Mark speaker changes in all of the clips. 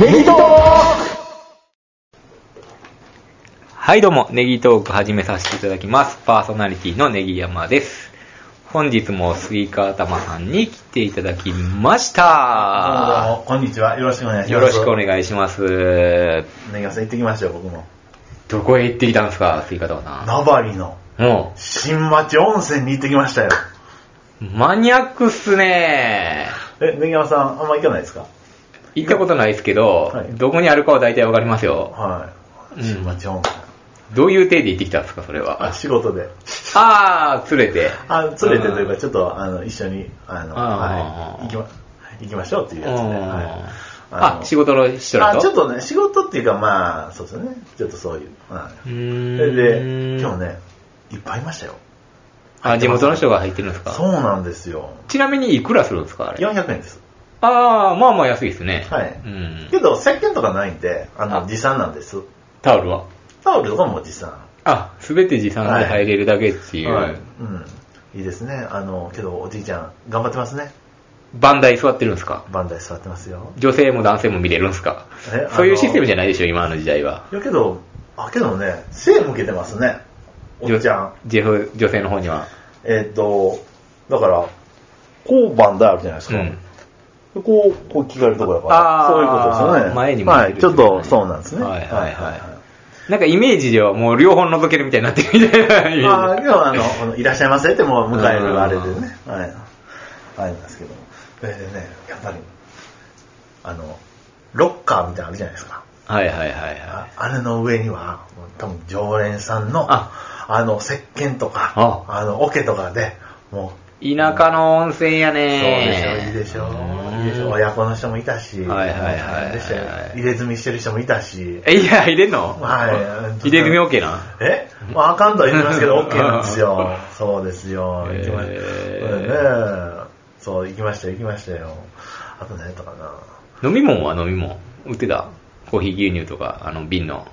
Speaker 1: ネギトー
Speaker 2: はい、どうも、ネギトーク始めさせていただきます。パーソナリティのネギ山です。本日もスイカ頭さんに来ていただきまし
Speaker 3: どう
Speaker 2: た。
Speaker 3: も、こんにちは。よろしくお願いし
Speaker 2: よ
Speaker 3: ます。
Speaker 2: ろしくお
Speaker 3: いし
Speaker 2: 願いします。
Speaker 3: ます。ネギさん行ってきましたよ、僕も。
Speaker 2: どこへ行ってきたんですか、スイカ頭さ
Speaker 3: 名張の
Speaker 2: ん。も
Speaker 3: 新町温泉に行ってきましたよ。
Speaker 2: う、マニアックっすね
Speaker 3: え、ネギさん、あんま行かないですか
Speaker 2: 行ったことないですけど、
Speaker 3: はい
Speaker 2: どこにあるかは大体わかりますよ。
Speaker 3: はい。
Speaker 2: うん
Speaker 3: 新町温泉。
Speaker 2: どういう体で行ってきたんですか、それは
Speaker 3: あ、。仕事で。
Speaker 2: あー、連れて。
Speaker 3: あ、連れてという
Speaker 2: う
Speaker 3: か、ちょっと、あの、一緒に、あの、
Speaker 2: あー
Speaker 3: はい。行きま、行きましょうっていううんやつで。はい
Speaker 2: あ、仕事の人らと
Speaker 3: あ、ちょっとね、仕事っていうか、まあ、そうですね。ちょっとそういう。は
Speaker 2: う
Speaker 3: い。
Speaker 2: ーん
Speaker 3: それで、今日ね、いっぱいいましたよ。
Speaker 2: あ、地元の人が入ってるんです
Speaker 3: そう
Speaker 2: か
Speaker 3: なんですよ。
Speaker 2: ちなみにいくらするんですかあれ。
Speaker 3: 400円です。
Speaker 2: ああ、まあまあ安いですね。
Speaker 3: はい
Speaker 2: うん
Speaker 3: け。ど、石鹸とかないんで、あ
Speaker 2: あ
Speaker 3: の、持参なんです。
Speaker 2: タオルは
Speaker 3: タオルとかも持参。
Speaker 2: あ、すべて持参で入れるだけっていう。
Speaker 3: うん。いいですね。あの、けど、おじいちゃん、頑張ってますね。
Speaker 2: バンダイ座ってるんですか
Speaker 3: バンダイ座ってますよ。
Speaker 2: 女性も男性も見れるんですか
Speaker 3: えあの
Speaker 2: そういうシステムじゃないでしょ、今の時代は。
Speaker 3: いやけど、あ、けどね、背向けてますね。おじいちゃん。
Speaker 2: ジェフ、女性の方には。
Speaker 3: えーっと、だから、こうバンダイあるじゃないですか。
Speaker 2: うん
Speaker 3: でこう、こう聞かれるところだか
Speaker 2: あー
Speaker 3: ら、そういうことですよね。
Speaker 2: 前に向いてる
Speaker 3: はい、ちょっと、そうなんですね。
Speaker 2: はいはいはい。なんかイメージではもう両方覗けるみたいになってるみたいなイメ
Speaker 3: あ
Speaker 2: ー
Speaker 3: あ、
Speaker 2: ジ。
Speaker 3: でもあの、このいらっしゃいませってもう迎えるあれでね、はい。あれなんですけども。それでね、やっぱり、あの、ロッカーみたいなのあるじゃないですか。
Speaker 2: はいはいはいは
Speaker 3: ああれの上には、多分常連さんの、
Speaker 2: あ
Speaker 3: あの、石鹸とか、
Speaker 2: あ
Speaker 3: あの、桶とかで、もう、
Speaker 2: い。田舎の温泉や
Speaker 3: そうでし
Speaker 2: ね
Speaker 3: ょ、いいでしょ
Speaker 2: うー、ん
Speaker 3: いいでしょ、親子の人もいたし、
Speaker 2: はいはいはいはい
Speaker 3: でしたよ入れ墨してる人もいたし、
Speaker 2: えいや、入れんの
Speaker 3: はい
Speaker 2: 入れ墨 OK な。
Speaker 3: えまあ、あかんとは言ってま すけど、OK なんですよ。そうですよ。
Speaker 2: へー
Speaker 3: 行きました。ねそう、行きましたよ、行きましたよ。あと何やったかな。
Speaker 2: 飲み物は飲み物売ってたコーヒー牛乳とかあの瓶の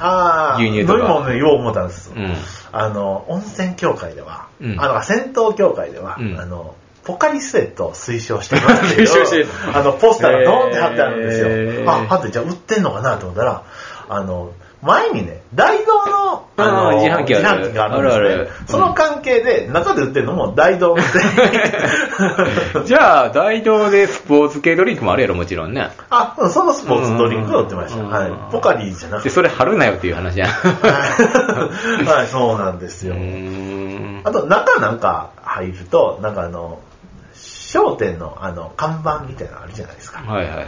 Speaker 3: ああ、
Speaker 2: 牛乳
Speaker 3: 飲み
Speaker 2: とか
Speaker 3: 物ね、よう思ったんです。
Speaker 2: うん
Speaker 3: あの、温泉協会では、
Speaker 2: うん
Speaker 3: あの、銭湯協会では、
Speaker 2: うん
Speaker 3: あの、ポカリスエットを推奨してますってい う
Speaker 2: 推奨してる
Speaker 3: あの、ポスターがドーンって貼ってあるんですよ。
Speaker 2: へー
Speaker 3: あ、あと、じゃあ売ってんのかなと思ったら、あの、前にね、大道の、
Speaker 2: あー
Speaker 3: の
Speaker 2: 自販機ある
Speaker 3: 自販があるんです
Speaker 2: あ
Speaker 3: ね
Speaker 2: るあるうん
Speaker 3: その関係で、中で売ってるのも大 道みた い
Speaker 2: じゃあ大道でスポーツ系ドリンクもあるやろもちろん ね
Speaker 3: あ、うんそのスポーツドリンクが売ってました。
Speaker 2: うん
Speaker 3: はい。ポカリじゃなく
Speaker 2: で
Speaker 3: て。
Speaker 2: それ貼るなよっていう話やん
Speaker 3: はいはい、そうなんです
Speaker 2: う
Speaker 3: よ。
Speaker 2: ーん
Speaker 3: あと、中なんか入ると、なんかあの、商店のあの、看板みたいなのあるじゃないですか。や
Speaker 2: はいはいはい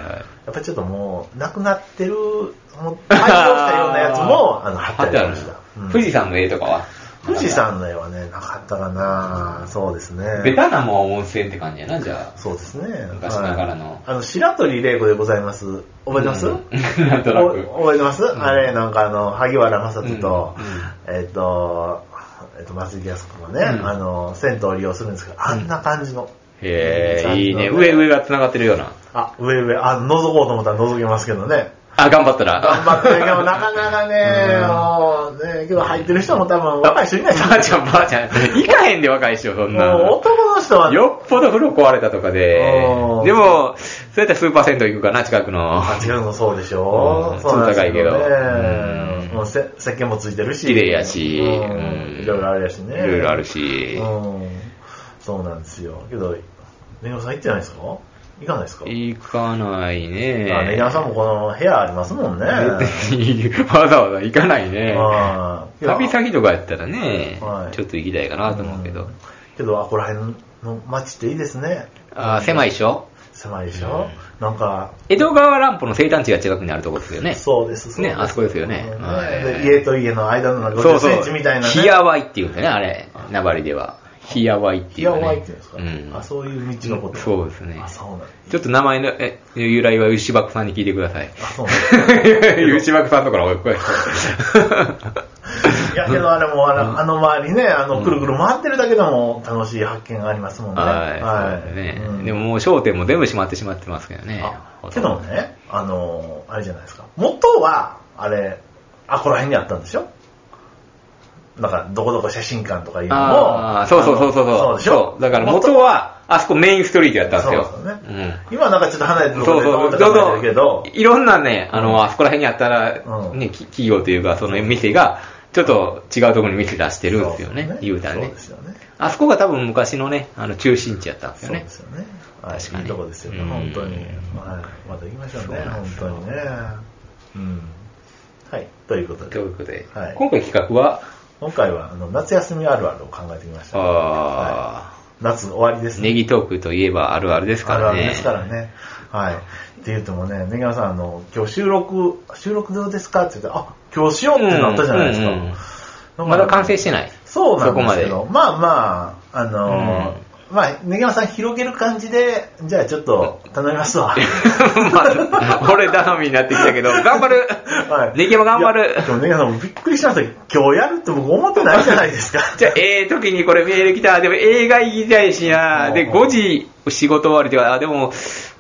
Speaker 3: っぱちょっともう、なくなってる、もう、廃業したようなやつも、あの、貼
Speaker 2: 貼
Speaker 3: っ
Speaker 2: ってて
Speaker 3: あ
Speaker 2: あ
Speaker 3: り
Speaker 2: る
Speaker 3: ました。うん
Speaker 2: 富士山の絵とかは
Speaker 3: 富士山の絵はね、なかったかなそうですね。
Speaker 2: ベタなもん温泉って感じやなじゃあ
Speaker 3: そうですね。
Speaker 2: 昔ながらの
Speaker 3: はいあの、白鳥玲子でございます。覚えてます、
Speaker 2: うんなん となく
Speaker 3: お覚えてます、
Speaker 2: ん
Speaker 3: あれ、なんかあの、萩原正人と、
Speaker 2: う
Speaker 3: えっ、と、えっ、と、松井康子がね、
Speaker 2: うん
Speaker 3: あの、銭湯を利用するんですけど、あんな感じの。
Speaker 2: へえいいね
Speaker 3: うん
Speaker 2: 上上が繋がってるような
Speaker 3: あ、上上、あ、覗こうと思ったら覗けますけどね。
Speaker 2: あ頑張ったら
Speaker 3: 頑張って、でもなかなかね、
Speaker 2: うん
Speaker 3: もうね、けど入ってる人も多分若い人いないと思
Speaker 2: ばあちゃんばあちゃん行かへんで若いっしょそんな
Speaker 3: うもう男の人はね、
Speaker 2: よっぽど風呂壊れたとかで
Speaker 3: お、ー
Speaker 2: でも、そうやったらスーパー銭湯行くかな、近くの。
Speaker 3: あ、違うのそうでしょ、
Speaker 2: うん
Speaker 3: そうなんで
Speaker 2: ちょっと
Speaker 3: すよ
Speaker 2: 高いけどうん
Speaker 3: ね。もうせ石鹸もついてるし。
Speaker 2: 綺麗やし
Speaker 3: うん
Speaker 2: うん
Speaker 3: いろいろあるやしね。
Speaker 2: いろいろある
Speaker 3: し。
Speaker 2: し、
Speaker 3: うん。そうなんですよ。けど、ネギさん行ってないですか行かないですか
Speaker 2: 行かない
Speaker 3: あネギ
Speaker 2: ね。
Speaker 3: さんもこの部屋ありますもんね。
Speaker 2: 別に わざわざ行かないね。
Speaker 3: はい
Speaker 2: 旅先とかやったらね
Speaker 3: は、い
Speaker 2: ちょっと行きたいかなと思うけど
Speaker 3: ん。けど、あ、ここら辺の街っていいですね。
Speaker 2: あー狭いでしょ
Speaker 3: 狭いでしょ、なんか、
Speaker 2: 江戸川乱歩の生誕地が近くにあるとこですよね。
Speaker 3: そうです、そうで
Speaker 2: ね
Speaker 3: す
Speaker 2: あそこですよね
Speaker 3: うん
Speaker 2: はい
Speaker 3: で家と家の間のなんか
Speaker 2: そう
Speaker 3: 50
Speaker 2: そう
Speaker 3: センチみたいな、ね。
Speaker 2: ひやわいっていうんだよね、あれ。名張では。ひやわいって
Speaker 3: ひ
Speaker 2: いう
Speaker 3: や
Speaker 2: ね。
Speaker 3: わいって言うんです
Speaker 2: う
Speaker 3: か、
Speaker 2: ん
Speaker 3: あ、そういう道のこと。
Speaker 2: そうですね
Speaker 3: あ、そうなん
Speaker 2: ちょっと名前のえ由来は牛爆さんに聞いてください。
Speaker 3: あ、そうなんだ
Speaker 2: 牛爆さんとからおいこい。
Speaker 3: いやけどあれもあの,、あの周りね、あの、くるくる回ってるだけでも楽しい発見がありますもんね。
Speaker 2: はい。そうです
Speaker 3: うん
Speaker 2: ね。でももう商店も全部閉まってしまってますけどね
Speaker 3: あ。けどね、あの、あれじゃないですか。元は、あれ、あ、こら辺にあったんでしょなんか、どこどこ写真館とかいうのも。
Speaker 2: ああ、そうそうそうそう。
Speaker 3: あのそうでしょ
Speaker 2: だから元は、あそこメインストリートやったんですよ。
Speaker 3: そうですよね。今はなんかちょっと離れて
Speaker 2: う
Speaker 3: る
Speaker 2: ん。
Speaker 3: と
Speaker 2: そ
Speaker 3: こ
Speaker 2: うそう、
Speaker 3: でどうと
Speaker 2: どう
Speaker 3: かなってるけ
Speaker 2: ぞ
Speaker 3: ど、、
Speaker 2: いろんなね、あ
Speaker 3: うん
Speaker 2: の、あそこら辺にあったら、
Speaker 3: うん
Speaker 2: ね、き企業というか、その店が、ちょっと違うところに店出してるんですよね、言うたら
Speaker 3: そう
Speaker 2: ね
Speaker 3: で。すよね。
Speaker 2: あそこが多分昔のね、あの、中心地やったんです
Speaker 3: そ
Speaker 2: よ
Speaker 3: う
Speaker 2: ね
Speaker 3: で。すよね。はい
Speaker 2: 確かに
Speaker 3: いいとこですよね、
Speaker 2: うん
Speaker 3: 本当に。はいまた行きましょうね、
Speaker 2: そうなん
Speaker 3: 本
Speaker 2: ですよ
Speaker 3: 当にね。うん。はい、ということ
Speaker 2: と
Speaker 3: で
Speaker 2: い、うことで、
Speaker 3: はい
Speaker 2: 今回企画は、
Speaker 3: 今回はあの夏休みあるあるを考えてきました。は
Speaker 2: あ
Speaker 3: い夏終わりです
Speaker 2: ー
Speaker 3: ね。
Speaker 2: ネギトークといえばあるあるですか
Speaker 3: ある
Speaker 2: ら
Speaker 3: あ
Speaker 2: ね。
Speaker 3: るですからね。はい。って言ってもね、根際さん、あの、今日収録、収録どうですかって言って、あ、今日しようってなったじゃないですか。
Speaker 2: うんうんうん
Speaker 3: か
Speaker 2: まだ完成してない。
Speaker 3: そうなんですけ
Speaker 2: そ
Speaker 3: ど、まあまあ、あのー
Speaker 2: うん
Speaker 3: まあ、根際さん広げる感じで、じゃあちょっと頼みま すわ。
Speaker 2: ま あ、俺頼みになってきたけど、頑張る
Speaker 3: はい。
Speaker 2: ネギも頑張
Speaker 3: い
Speaker 2: る
Speaker 3: やでも根際さんもびっくりしました。今日やるって僕思ってないじゃないですか。
Speaker 2: じゃあ、ええ時にこれメール来た。でも映画行きたいしな。で、
Speaker 3: うん
Speaker 2: 5時仕事終わりでは、あでも、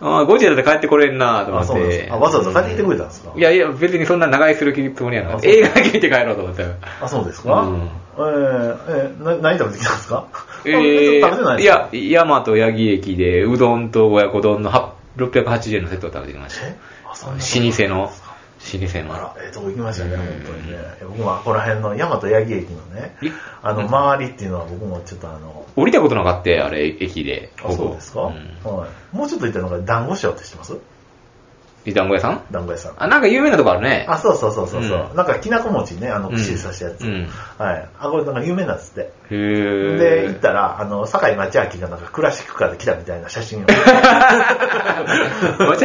Speaker 2: あ5時だったら帰ってこれんなと思
Speaker 3: あ、そうなん
Speaker 2: っ
Speaker 3: です
Speaker 2: て。
Speaker 3: か。あわざわざ帰ってくれたんですか
Speaker 2: いやいや、別にそんな長居する気つもりやなかった。
Speaker 3: あそう
Speaker 2: 映画行って帰ろうと思ったよ。
Speaker 3: あ、そうですか、
Speaker 2: うん
Speaker 3: えー、えー、な何食べてきたんですか
Speaker 2: え
Speaker 3: あ食べてな
Speaker 2: ー、
Speaker 3: いで
Speaker 2: い
Speaker 3: すか
Speaker 2: や、大和八木駅で、うどんと親子丼のは680円のセットを食べてきました。
Speaker 3: えあそん
Speaker 2: 老舗
Speaker 3: な
Speaker 2: の、老舗
Speaker 3: あら
Speaker 2: の。、
Speaker 3: ええとこ行きましたね、
Speaker 2: うん
Speaker 3: 本当にね。僕もあここら辺の大和八木駅のね
Speaker 2: え、
Speaker 3: あの、周りっていうのは僕もちょっとあの、
Speaker 2: 降りたことなかったよあれ、駅で。
Speaker 3: あ、そうですか、
Speaker 2: うん
Speaker 3: はい。もうちょっと行ったのが団子師匠って知ってます
Speaker 2: い団子屋さん
Speaker 3: 団子屋さん。
Speaker 2: あ、なんか有名なとこあるね。
Speaker 3: あ、そうそうそうそうそう、
Speaker 2: う
Speaker 3: なんかきなこ餅ね、あの、串刺したやつ、
Speaker 2: うん
Speaker 3: はい。あ、これなんか有名なんですって。
Speaker 2: へー
Speaker 3: で、行ったら、あの、堺町明がなんかクラシックから来たみたいな写 真を。
Speaker 2: バチ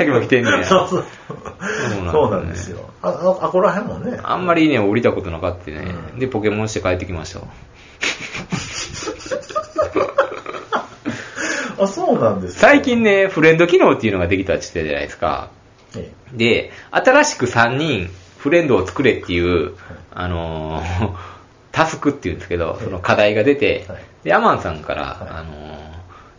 Speaker 2: ャキも来てんねや。
Speaker 3: そうそう。
Speaker 2: ね
Speaker 3: そうなんですよ。あ、あ、あここら辺もね。
Speaker 2: あんまりね、降りたことなかったね。
Speaker 3: うん
Speaker 2: で、ポケモンして帰ってきましたわ。
Speaker 3: あ、そうなんですよ
Speaker 2: 最近ね、フレンド機能っていうのができたって言ってたじゃないですか。
Speaker 3: ええ
Speaker 2: で、新しく3人フレンドを作れっていう、あのー タスクっていうんですけど、その課題が出て
Speaker 3: はい、
Speaker 2: で、アマンさんから、
Speaker 3: はい
Speaker 2: あのー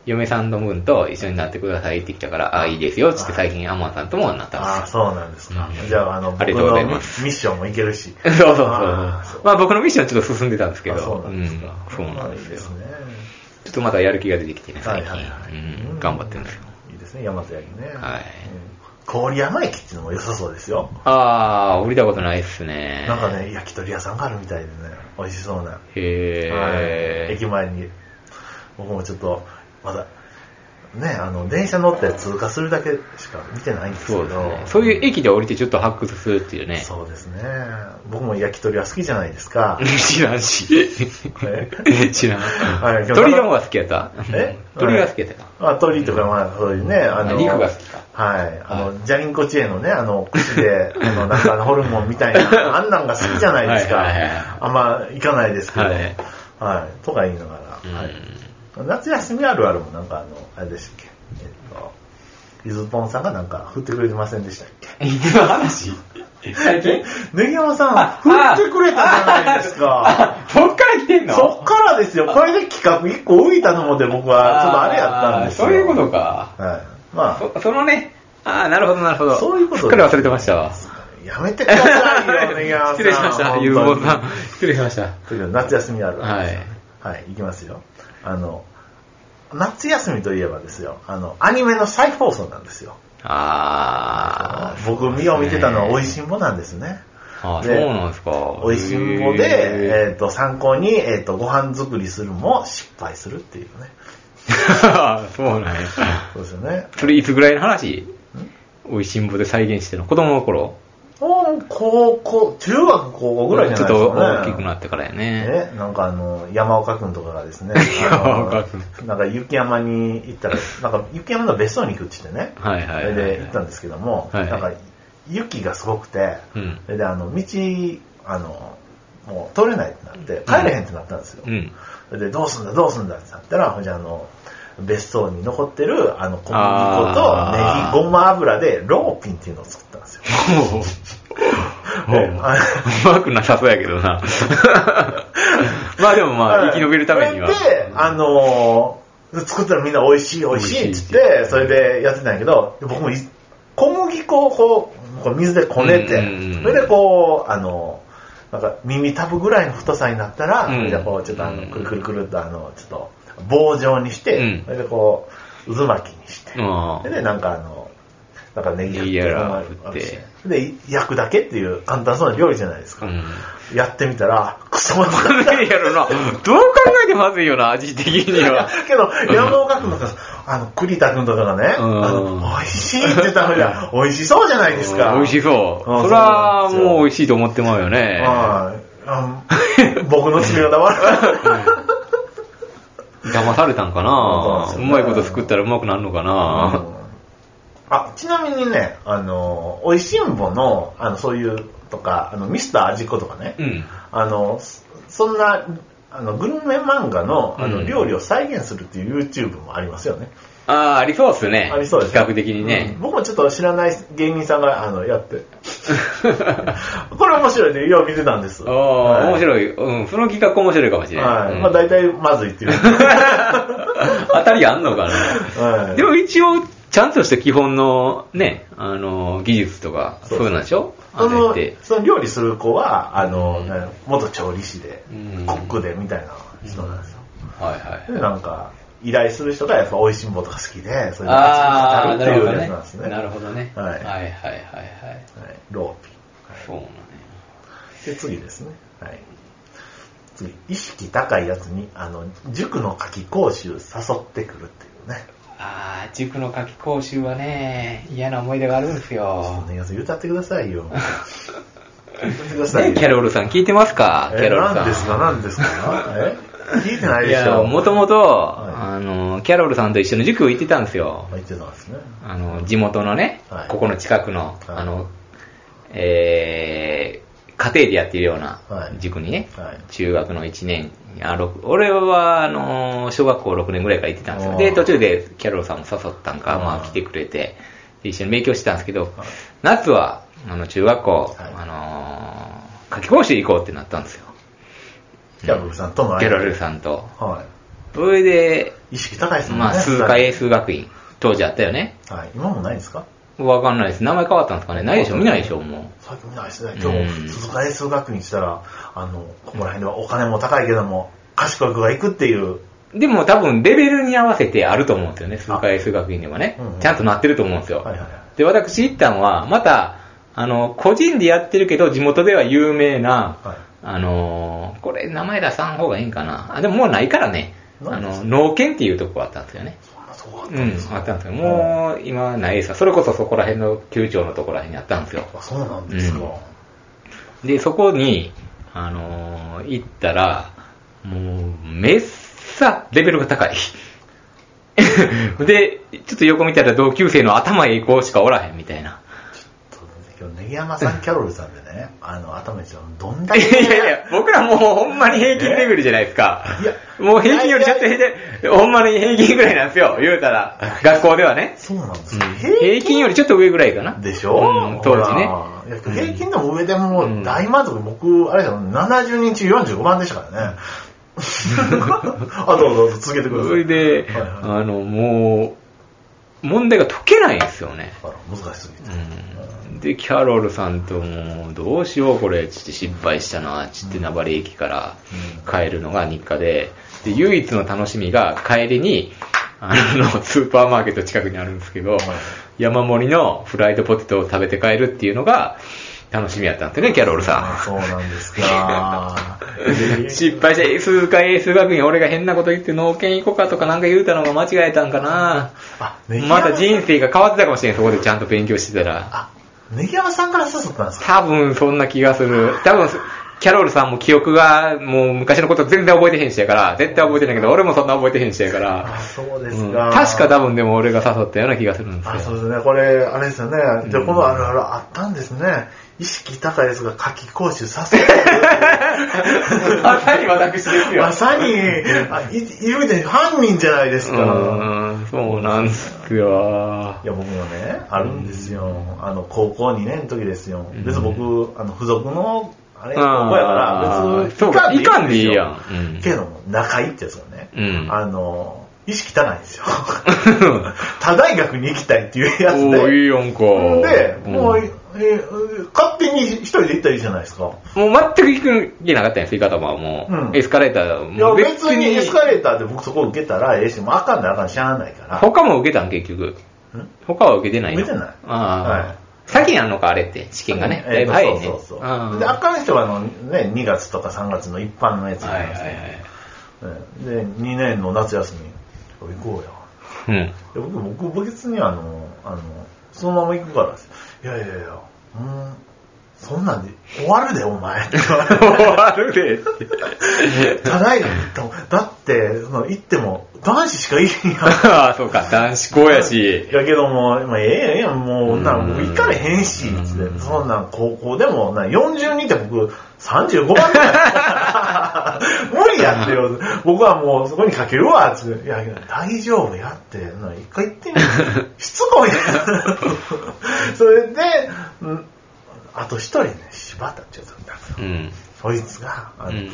Speaker 2: 嫁さんの分と一緒になってくださいって来たから、ああ、いいですよってって最近アマンさんともなったんですよ
Speaker 3: ああ、そうなんですか。
Speaker 2: うん
Speaker 3: じゃあ、あの、
Speaker 2: あ
Speaker 3: 僕
Speaker 2: りが
Speaker 3: の
Speaker 2: とうござい
Speaker 3: ミミ
Speaker 2: ま
Speaker 3: ッションもいけるし。
Speaker 2: そうそうそう。
Speaker 3: あーそう
Speaker 2: まあ僕のミッションちょっと進んでたんですけど。
Speaker 3: あそうなんですか。
Speaker 2: うんそうなんですよ。
Speaker 3: まあいいね。
Speaker 2: ちょっとまたやる気が出てきてね、
Speaker 3: は
Speaker 2: 最
Speaker 3: い
Speaker 2: 近。
Speaker 3: はいはい。
Speaker 2: う
Speaker 3: うん
Speaker 2: ん、頑張ってるんですよ。。
Speaker 3: いいですね、山手焼きね。
Speaker 2: はい
Speaker 3: うん。郡山駅っていうのも良さそうですよ。
Speaker 2: あー、降りたことないっすね。
Speaker 3: なんか。ね、焼き鳥屋さんがあるみたいでね、美味しそうな。はい
Speaker 2: へ
Speaker 3: 駅前に、僕もちょっと、まだ、ね、あの、電車乗って通過するだけしか見てないんで
Speaker 2: ー。
Speaker 3: すけ
Speaker 2: そう
Speaker 3: ど。
Speaker 2: ですね。そういう駅で降りてちょっと発掘するっていうね。。
Speaker 3: そうですね。僕も焼き鳥は好きじゃないですか
Speaker 2: 知らんし。知ら
Speaker 3: は
Speaker 2: ん。
Speaker 3: い
Speaker 2: 鳥の方が好きやった
Speaker 3: え
Speaker 2: 鳥が好きやったか。
Speaker 3: あ鳥とか、まあ、そういうね、あの、
Speaker 2: 肉が好きか
Speaker 3: はい。あの、ジャリンコチエのね、あの、口で、あ の、なんかあのホルモンみたいな、あんなんが好きじゃないですか。
Speaker 2: はいはいはいはい
Speaker 3: あんま行かないですけど、
Speaker 2: は
Speaker 3: はいい。とか言いなが
Speaker 2: う
Speaker 3: ら、はい。
Speaker 2: ん
Speaker 3: 夏休みあるあるもなんかあの、あれでしたっけ。えっと、ゆずぽんさんがなんか振ってくれてませんでしたっけ。
Speaker 2: 今話最近
Speaker 3: ネギ山さん、振ってくれたじゃないですか。
Speaker 2: あ、そっから来てんの
Speaker 3: そっからですよ。これで企画一個浮いたのもで僕は、ちょっとあれやったんですよ。
Speaker 2: あーそういうことか。
Speaker 3: はい。まあ、
Speaker 2: そそのね、ああ、なるほど、なるほど。
Speaker 3: そういうこと
Speaker 2: すっかり忘れてましたわ。
Speaker 3: やめてくださいよ、ネギ山さん。
Speaker 2: 失礼しました、ゆうぼうさん。失礼しました。
Speaker 3: ん。ということで夏休みあるわ
Speaker 2: は
Speaker 3: けです
Speaker 2: い
Speaker 3: よ。。はい、いきますよ。あの、夏休みといえばですよ、あの、アニメの再放送なんですよ。
Speaker 2: ああ。
Speaker 3: 僕、見を見てたのは、おい
Speaker 2: しい。
Speaker 3: しんぼなんですね。
Speaker 2: あー
Speaker 3: で
Speaker 2: そうなんですか。
Speaker 3: おいしんぼ
Speaker 2: へ
Speaker 3: で、えっと、参考に、えっと、ご飯作りするも失敗するっていうね。
Speaker 2: ー。 そうなんや。
Speaker 3: そうですよね。
Speaker 2: それいつぐらいの話おいしんぼで再現してるの子供の頃
Speaker 3: もう高校、中学高校ぐらいじゃないですか、ね。
Speaker 2: ちょっと大きくなってからやね。、
Speaker 3: ね、なんかあの、山岡くんとかがですね
Speaker 2: 山岡くん
Speaker 3: あのなんか雪山に行ったら、なんか雪山の別荘に行くって言ってね、
Speaker 2: はいはいはいはい
Speaker 3: それで行ったんですけども、
Speaker 2: はい
Speaker 3: なんか雪がすごくて、
Speaker 2: うん
Speaker 3: それであの、道、あの、もう通れないってなって、帰れへんってなったんですよ。
Speaker 2: うん。
Speaker 3: それで、どうすんだ、どうすんだってなったら、ほんじゃあの、別荘に残ってる、あの、小麦
Speaker 2: あー
Speaker 3: 粉とネギ、ごま油で、ローピンっていうのを作ったんですよ。
Speaker 2: ほうほう
Speaker 3: ねあ
Speaker 2: うまくなさそうやけどな。 まあでもまあ、生き延びるためには。
Speaker 3: で、あのー作ったらみんな美味しい美味しいって言って、それでやってたんやけど、僕もい小麦粉をこう、こう水でこねて、
Speaker 2: うんうんうん
Speaker 3: それでこう、あのーなんか耳たぶぐらいの太さになったら、
Speaker 2: うん
Speaker 3: それでこう、ちょっとあの、
Speaker 2: うん
Speaker 3: くるくるくるっとあの、ちょっと棒状にして、
Speaker 2: うん
Speaker 3: それでこう、渦巻きにして。
Speaker 2: あ
Speaker 3: でね、なんかあの、なんかネギ
Speaker 2: ネギやら
Speaker 3: まあ
Speaker 2: 振って
Speaker 3: で、焼くだけっていう簡単そうな料理じゃないです
Speaker 2: あ。
Speaker 3: か。
Speaker 2: うん。
Speaker 3: やってみたら、クソまずかった。
Speaker 2: ねえやろな。どう考えてもま ずいよな、味的には。
Speaker 3: けど、山岡君とか、あの、栗田君とかがね、あ
Speaker 2: うん
Speaker 3: の美味しいって言ったのが、美味しそうじゃないですか。
Speaker 2: 美味し
Speaker 3: い。
Speaker 2: そう。
Speaker 3: あ
Speaker 2: それは
Speaker 3: そうなんですよ
Speaker 2: もう美味しいと思ってまうよね。
Speaker 3: 僕の治療だわ。
Speaker 2: 騙されたんかな
Speaker 3: そううなんですよね
Speaker 2: まいこと作ったらうまくなるのかな
Speaker 3: あ、ちなみにね、あの、美味しんぼの、あの、そういうとか、あの、ミスター味っ子とかね、
Speaker 2: うん。
Speaker 3: あの、そそんな、あの、グルメ漫画の、あ
Speaker 2: う
Speaker 3: の、
Speaker 2: ん
Speaker 3: 料理を再現するっていう YouTube もありますよね。
Speaker 2: ああ、ありそうっすね。
Speaker 3: ありそうです
Speaker 2: 企画的にね
Speaker 3: うん。僕もちょっと知らない芸人さんが、あの、やって。これ面白いね。よう見てたんです。
Speaker 2: おー面
Speaker 3: い。
Speaker 2: 白い。うん。その企画面白いかもしれな。
Speaker 3: はいい。
Speaker 2: うん
Speaker 3: まあ、大体まずいっていう。
Speaker 2: 当たりあんのか
Speaker 3: は
Speaker 2: な。
Speaker 3: い
Speaker 2: でも一応、ちゃんとした基本のね、あの、技術とか、
Speaker 3: そう
Speaker 2: そうなんでしょ
Speaker 3: そ
Speaker 2: あ
Speaker 3: の
Speaker 2: れって、。
Speaker 3: その料理する子は、あの、
Speaker 2: うん
Speaker 3: ね元調理師で
Speaker 2: うん、
Speaker 3: コックで、みたいな人なんですよ。
Speaker 2: はいはい。
Speaker 3: で、なんか、依頼する人がやっぱ美味しんぼとか好きで、それで
Speaker 2: ああ、
Speaker 3: 語
Speaker 2: な
Speaker 3: るって
Speaker 2: る
Speaker 3: い
Speaker 2: ほ
Speaker 3: う
Speaker 2: ど
Speaker 3: や
Speaker 2: ね
Speaker 3: つなんです。ね。
Speaker 2: なるほどね。
Speaker 3: はい
Speaker 2: はいはいはいはい。
Speaker 3: はい、ローピ
Speaker 2: そうなのよ。
Speaker 3: ー。で、次ですね。はい。次、意識高いやつに、あの、塾の夏季講習誘ってくるっていうね。
Speaker 2: ああ、塾の夏期講習はね、嫌な思い出があるんです
Speaker 3: そ
Speaker 2: よ
Speaker 3: ん。なやつ歌ってくださいよ。歌ってください
Speaker 2: ね
Speaker 3: よ。
Speaker 2: キャロルさん聞いてますかキ
Speaker 3: え、
Speaker 2: ャロルさん。
Speaker 3: 何ですか何ですかえ聞いてない
Speaker 2: い
Speaker 3: でし
Speaker 2: や、
Speaker 3: ょ。
Speaker 2: もと
Speaker 3: も
Speaker 2: もと、
Speaker 3: は
Speaker 2: あの、キャロルさんと一緒に塾行ってたんですよ。
Speaker 3: 言ってたんですね。
Speaker 2: あの、地元のね、
Speaker 3: はい
Speaker 2: ここの近くの、
Speaker 3: はい
Speaker 2: あの、えー、家庭でやってるような
Speaker 3: はい
Speaker 2: 塾にね、
Speaker 3: はい。
Speaker 2: 中学の1年、あ六俺は、あの、小学校6年ぐらいから行ってたんですよ。で、
Speaker 3: おー
Speaker 2: 途中でキャロルさんも誘ったんか、
Speaker 3: うん
Speaker 2: まあ来てくれて、で一緒に勉強してたんですけど
Speaker 3: はい、
Speaker 2: 夏は、あの、中学校、
Speaker 3: はい
Speaker 2: あのー、夏期講習行こうってなったんですよ。
Speaker 3: キャロルさんとの
Speaker 2: キャロル
Speaker 3: ん。
Speaker 2: さんと。
Speaker 3: は
Speaker 2: それで、
Speaker 3: い。意識高いですもんね。
Speaker 2: まあ、数科英数学院、当時あったよね。
Speaker 3: はい。今もないですか
Speaker 2: わかんないです。名前変わったんですかねないでしょ見ないでしょも
Speaker 3: 最近見ないですね。
Speaker 2: う
Speaker 3: 今
Speaker 2: ん
Speaker 3: 日、鈴鹿英数学院したら、あの、ここら辺ではお金も高いけども、賢い子が行くっていう、
Speaker 2: う。でも多分、レベルに合わせてあると思うんですよね。数回数学院でもね
Speaker 3: うんう。ん
Speaker 2: ちゃんとなってると思うんですよ。
Speaker 3: はいはいはい
Speaker 2: で、私行ったんは、また、あの、個人でやってるけど、地元では有名な、
Speaker 3: はい
Speaker 2: あのーこれ、名前出さん方がいいんかな。あ、でももうないからね。
Speaker 3: な
Speaker 2: あ
Speaker 3: いです
Speaker 2: の、農研っていうとこあったんですよね。
Speaker 3: そんなとこあっ
Speaker 2: う
Speaker 3: たん
Speaker 2: ん
Speaker 3: です、か
Speaker 2: あったんですよ。もう、今、ないですわそれこそそこら辺の、球長のとこら辺にあったんですよ。
Speaker 3: あ、そうなんですか。
Speaker 2: うんで、そこに、あのー行ったら、もう、めっさ、レベルが高い。 で、ちょっと横見たら同級生の頭へ行こうしかおらへんみたいな。
Speaker 3: そうですね今日、ネギ山さん、キャロルさんでね、あの、頭にちゃんどんだ
Speaker 2: い
Speaker 3: け。
Speaker 2: やいやいや、 僕らもうほんまに平均レベルじゃないですか。
Speaker 3: いや
Speaker 2: もう平均よりちゃんと平均、ほんまに平均ぐらいなんですよ、言うたら。学校ではね。
Speaker 3: そうなんです
Speaker 2: うん
Speaker 3: か。
Speaker 2: 平均よりちょっと上ぐらいかな。
Speaker 3: でしょ、
Speaker 2: うん当時ね。
Speaker 3: ほらいや平均でも上でも
Speaker 2: うん
Speaker 3: う大満足、僕、あれだよ、70人中45番でしたから ね。あ、どうぞどうぞ続けてください。
Speaker 2: それで、
Speaker 3: はいはい
Speaker 2: あの、もう、問題が解けないんですよね。
Speaker 3: あら難しすぎて。
Speaker 2: うんで、キャロルさんともう、どうしようこれ、ちって失敗したな、ちって名張駅から帰るのが日課で、で、唯一の楽しみが帰りに、あの、スーパーマーケット近くにあるんですけど、山盛りのフライドポテトを食べて帰るっていうのが、楽しみやったんですよね、キャロルさ
Speaker 3: そうなんで すか。
Speaker 2: ん。失敗して、数回数学院俺が変なこと言って農研行こうかとかなんか言うたのが間違えたんかな。
Speaker 3: あ、
Speaker 2: また人生が変わってたかもしれん、そこでちゃんと勉強してたら。
Speaker 3: あ、ネギ山さんから誘ったんですか
Speaker 2: 多分そんな気がする。多分、キャロルさんも記憶がもう昔のこと全然覚えてへんしやから、絶対覚えてないけど、俺もそんな覚えてへんしやから
Speaker 3: あ、、そうで
Speaker 2: う
Speaker 3: す
Speaker 2: ん
Speaker 3: か。
Speaker 2: 確か多分でも俺が誘ったような気がするんです
Speaker 3: あ、 そう
Speaker 2: よ。
Speaker 3: ですね。これ、あれですよね。じゃ
Speaker 2: う
Speaker 3: あ、
Speaker 2: ん
Speaker 3: このあるあるあったんですね。意識高いですが、夏季講習誘 って。
Speaker 2: まさに私ですよ
Speaker 3: ま。さに、あい言うて犯人じゃないです
Speaker 2: う
Speaker 3: か。
Speaker 2: ーん、そうなんすよ
Speaker 3: い。や、僕もね、あるんですよ。あの、高校2年の時ですよ
Speaker 2: うん。
Speaker 3: 別に僕、あの、付属の、あれ、高校や
Speaker 2: あ
Speaker 3: か
Speaker 2: ー
Speaker 3: ら、別
Speaker 2: そうか、い
Speaker 3: に
Speaker 2: かんでいいや
Speaker 3: ん
Speaker 2: ん。
Speaker 3: ですよ。けど、仲いいってやつがね、
Speaker 2: うん
Speaker 3: あの、意識たないん ですよ。 他大学に行きたいっていうやつ
Speaker 2: おお
Speaker 3: で。
Speaker 2: いいやんか。
Speaker 3: で、
Speaker 2: うん
Speaker 3: もう、えー勝手に一人で行ったらいいじゃないですか。
Speaker 2: もう全く聞けなかったんや、言い方はもう、
Speaker 3: うん
Speaker 2: エスカレーター、
Speaker 3: いや、
Speaker 2: もう
Speaker 3: 別にエスカレーターで僕そこ受けたらええし、もうあかんならあかんしゃあないから。
Speaker 2: 他も受けたん、結局。他は受けてないの
Speaker 3: 受けてない
Speaker 2: ああ、
Speaker 3: はい
Speaker 2: 先にあんのか、あれって、試験がね。だ
Speaker 3: え
Speaker 2: い
Speaker 3: ー
Speaker 2: ぶ早いね。
Speaker 3: そうそう
Speaker 2: あ
Speaker 3: そう。
Speaker 2: あ
Speaker 3: で、あかん人はあの、ね、2月とか3月の一般のやつ
Speaker 2: は
Speaker 3: ないんです
Speaker 2: はい
Speaker 3: ね
Speaker 2: はい。
Speaker 3: うんで、2年の夏休み、行こうよ。
Speaker 2: うん。
Speaker 3: で僕、僕、別にあの、あの、そのまま行くからです。いやいやいや、うん、そんなんで、終わるで、お前。って言われて
Speaker 2: 終わるで。
Speaker 3: ただいま行ったもんだって、その行っても、男子しかいいやん。
Speaker 2: ああ、そうか、男子校やし。
Speaker 3: やけども、まあ、ええやんええやん、もう、な、
Speaker 2: うん
Speaker 3: もう行かれへんし、つっ
Speaker 2: うん
Speaker 3: て。そんなん、高校でも、な、42って僕、35番目 や無理やってよ。僕はもう、そこにかけるわ、つって。いや、大丈夫やって、な、一回行ってみる。 しつこいな。それで、うんあと一人ね、柴田ってやつだったんですよ
Speaker 2: うん。
Speaker 3: そいつが、あ
Speaker 2: う
Speaker 3: の
Speaker 2: ん。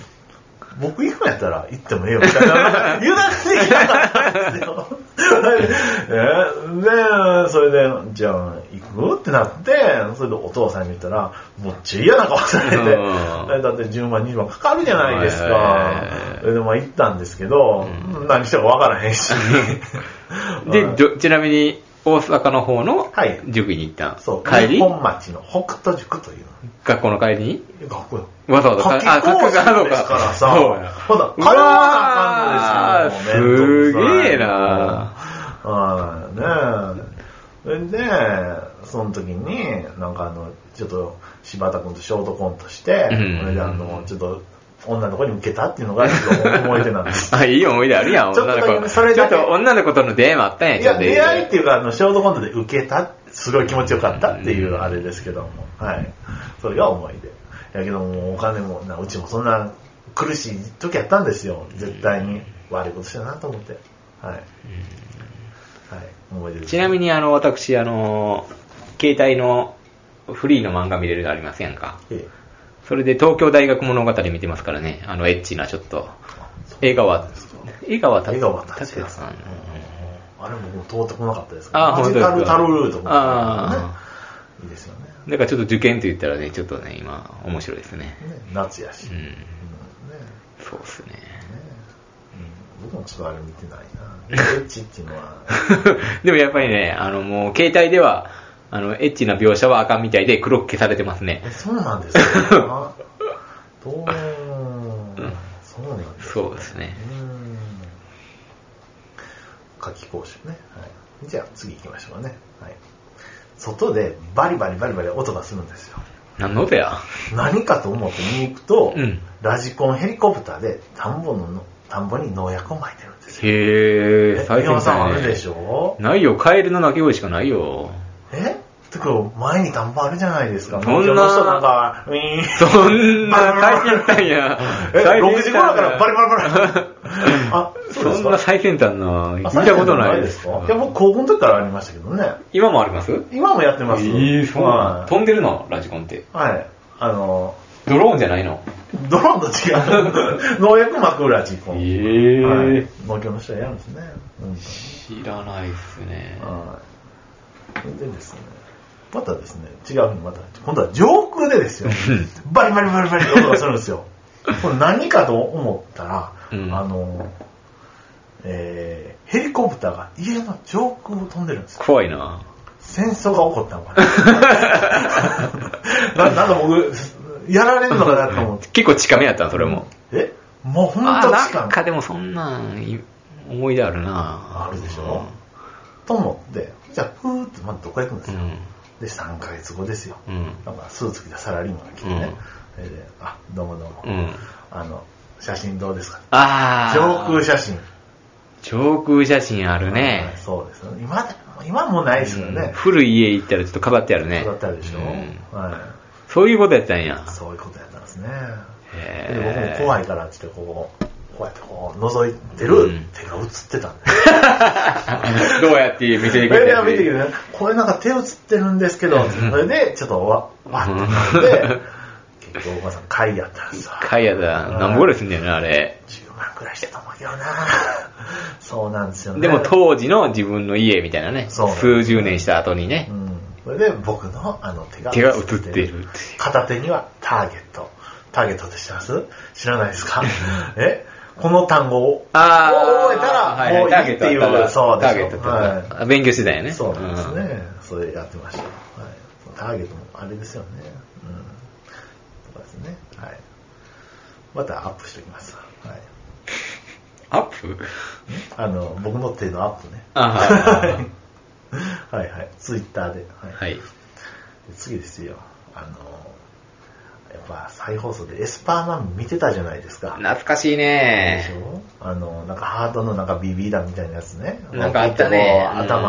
Speaker 3: 僕行くんやったら行ってもええよみたいな、油断してきなかったんですよ。えで、それで、じゃあ行くってなって、それでお父さんに言ったら、もうちょい嫌な顔されて、
Speaker 2: う
Speaker 3: だって10万、20万かかるじゃないです
Speaker 2: はい
Speaker 3: か
Speaker 2: はいはい。
Speaker 3: それでまあ行ったんですけど、
Speaker 2: う
Speaker 3: 何してるかわからへんし。
Speaker 2: で、どちなみに、大阪の方の
Speaker 3: はい
Speaker 2: 塾に行ったん、
Speaker 3: そう、
Speaker 2: 帰
Speaker 3: 日
Speaker 2: り
Speaker 3: 本町の北斗塾という
Speaker 2: 学校の帰りに
Speaker 3: 学校よ。
Speaker 2: わざわざ
Speaker 3: 夏季講習ですからさ、
Speaker 2: そうや
Speaker 3: ほら、金はなあかんのですよ。
Speaker 2: うわー
Speaker 3: 面倒くさい
Speaker 2: すげえな
Speaker 3: はい、ねえ。それで、その時に、なんかあの、ちょっと、柴田君とショートコントして、
Speaker 2: うん
Speaker 3: それであの、ちょっと、女の子に向けたっていうのが、ちょっと思い出なんで す。
Speaker 2: あ、いい思い出あるやん、
Speaker 3: ちょっと
Speaker 2: 女
Speaker 3: だ
Speaker 2: の
Speaker 3: け
Speaker 2: 子。
Speaker 3: それ
Speaker 2: ちょっ
Speaker 3: だけ
Speaker 2: と女の子との出会いもあったんや、
Speaker 3: い
Speaker 2: ちょっ
Speaker 3: や、
Speaker 2: と。
Speaker 3: 出会いっていうか、あの、ショートコントで受けた、すごい気持ちよかったっていうあれですけども、はい。それが思い出。やけども、お金もな、うちもそんな苦しい時やったんですよ。絶対に。悪いことしたなと思って。はい。はい、思い出です。
Speaker 2: ちなみに、あの、私、あの、携帯のフリーの漫画見れるのありませんか
Speaker 3: ええ
Speaker 2: それで東京大学物語見てますからね、あの、エッチな、ちょっと。江川、江川
Speaker 3: 笑顔だったんです
Speaker 2: 拓
Speaker 3: よ
Speaker 2: 也さん。
Speaker 3: うんあれも通ってこなかったですけど
Speaker 2: ああ、
Speaker 3: マ
Speaker 2: 本
Speaker 3: ジ
Speaker 2: 当です
Speaker 3: タ
Speaker 2: か
Speaker 3: ルタルルーと
Speaker 2: あ
Speaker 3: か、ね。いいですよね。
Speaker 2: だからちょっと受験と言ったらね、ちょっとね、今、面白いですね。
Speaker 3: ね夏やし。
Speaker 2: う
Speaker 3: うん
Speaker 2: ん。
Speaker 3: ね
Speaker 2: そうっすね。
Speaker 3: うん僕もちょっとあれ見てないな。エッチっていう のは、
Speaker 2: でもやっぱりね、あの、もう、携帯では、あの、エッチな描写はあかんみたいで、黒く消されてますね
Speaker 3: え。そうなんです かどう、そうなんです
Speaker 2: そうですね。
Speaker 3: うん。夏期講習ね。はい。じゃあ次行きましょうね。はい。外でバリバリバリバリ音がするんですよ。
Speaker 2: 何の音や
Speaker 3: 何かと思って見に行くと、
Speaker 2: うん
Speaker 3: ラジコンヘリコプターで田んぼのの、田んぼに農薬を撒いてるんですよ。
Speaker 2: へ
Speaker 3: え
Speaker 2: ー、最
Speaker 3: 宮
Speaker 2: 近
Speaker 3: 本さんあ
Speaker 2: だ
Speaker 3: る
Speaker 2: ね
Speaker 3: でしょ
Speaker 2: ないよ、カエルの鳴き声しかないよ。
Speaker 3: えてか、前に田んぼあるじゃないですか。
Speaker 2: そんな
Speaker 3: 農協の人なんか、ウィーン。
Speaker 2: そんな、最先端や。
Speaker 3: え、
Speaker 2: 最先端な
Speaker 3: 6時頃からバリバリバ リ。あ、そうで
Speaker 2: そ
Speaker 3: す
Speaker 2: んな
Speaker 3: か。
Speaker 2: 最先端な、見
Speaker 3: あ
Speaker 2: たことないです。
Speaker 3: いや、僕、高校の時からありましたけどね。
Speaker 2: 今もあります
Speaker 3: 今もやってます。
Speaker 2: えーそうなの
Speaker 3: は
Speaker 2: 飛んでるのラジコンって。
Speaker 3: い。はい。あの、
Speaker 2: ドローンじゃないの
Speaker 3: ドローンと違 う。農薬枕事故。
Speaker 2: え
Speaker 3: はい
Speaker 2: ー、
Speaker 3: 農協の人はやるんですね。うん
Speaker 2: 知らないっすね。
Speaker 3: はい。でですね、またですね、違うふうにまた、今度は上空でですよ、バリバリバリバリって音がするんですよ。これ何かと思ったら、
Speaker 2: うん
Speaker 3: あの、えー、ヘリコプターが家の上空を飛んでるんですよ。
Speaker 2: 怖いな。
Speaker 3: 戦争が起こったのかな。ななんか僕、やられるのかなと思って。
Speaker 2: 結構近めやったなそれも。
Speaker 3: えもうほん
Speaker 2: あ
Speaker 3: と
Speaker 2: な
Speaker 3: 近
Speaker 2: ん
Speaker 3: い。
Speaker 2: かでもそんなんい思い出あるな
Speaker 3: あるでしょと思って、じゃあ、ふーってまたどこ行くんです
Speaker 2: う
Speaker 3: よ。
Speaker 2: ん。
Speaker 3: で、3ヶ月後ですよ。
Speaker 2: うん。
Speaker 3: なんかスーツ着たサラリーマンが来てね、えーあどうもどうも、
Speaker 2: うん。
Speaker 3: あの写真どうですか
Speaker 2: ああ。
Speaker 3: 上空写真
Speaker 2: 上空写真ある
Speaker 3: は
Speaker 2: ね
Speaker 3: い。そうですね今だ今もうないですよ
Speaker 2: うん
Speaker 3: ね、
Speaker 2: 古い家行ったらちょっと飾ってあるね。
Speaker 3: だったりでしょ、
Speaker 2: うん
Speaker 3: は
Speaker 2: そういうことやったんや
Speaker 3: い、。そういうことやったんですねで僕
Speaker 2: へえ。
Speaker 3: も怖いからって言ってこうこうやってこう覗いてる、
Speaker 2: うん
Speaker 3: 手が映ってたんで
Speaker 2: どうやって見せてく
Speaker 3: そ
Speaker 2: れた
Speaker 3: れで
Speaker 2: やつ
Speaker 3: 見てきてね、これなんか手映ってるんですけど、それでちょっとわ、わってな って、結構お母さん買いやったんですよ。
Speaker 2: 一回やだ。何ぼぐらいすんねんな、あれ。
Speaker 3: 10万くらいしてたと思うけどな そうなんですよね。
Speaker 2: でも当時の自分の家みたいなね、
Speaker 3: そう
Speaker 2: 数十年した後にね
Speaker 3: う、ん。それで僕のあの手が
Speaker 2: 手が映っている。
Speaker 3: 片手にはターゲット。ターゲットって知ってます知らないで すかえこの単語を
Speaker 2: あ
Speaker 3: 覚えたら
Speaker 2: はいはい
Speaker 3: もういいっていう、そうで
Speaker 2: タ
Speaker 3: す
Speaker 2: ーゲットってことだ
Speaker 3: はい
Speaker 2: あ勉強してたよね。
Speaker 3: そうなんです
Speaker 2: ん。
Speaker 3: ね。それやってました。はい、ターゲットもあれですよね。うん。とかですね。はい。またアップしておきます。はい。
Speaker 2: アップ
Speaker 3: あの、僕の手のアップね。
Speaker 2: あはいはい
Speaker 3: はいはい。ツイッターで。はい。
Speaker 2: はい。
Speaker 3: で次ですよ。あの、やっぱ再放送でエスパーマン見てたじゃないですか。
Speaker 2: 懐かしい
Speaker 3: でし
Speaker 2: ね。
Speaker 3: ょあの、なんかハートのなんかビビだみたいなやつね。
Speaker 2: なんかあったね。
Speaker 3: こう頭、
Speaker 2: うん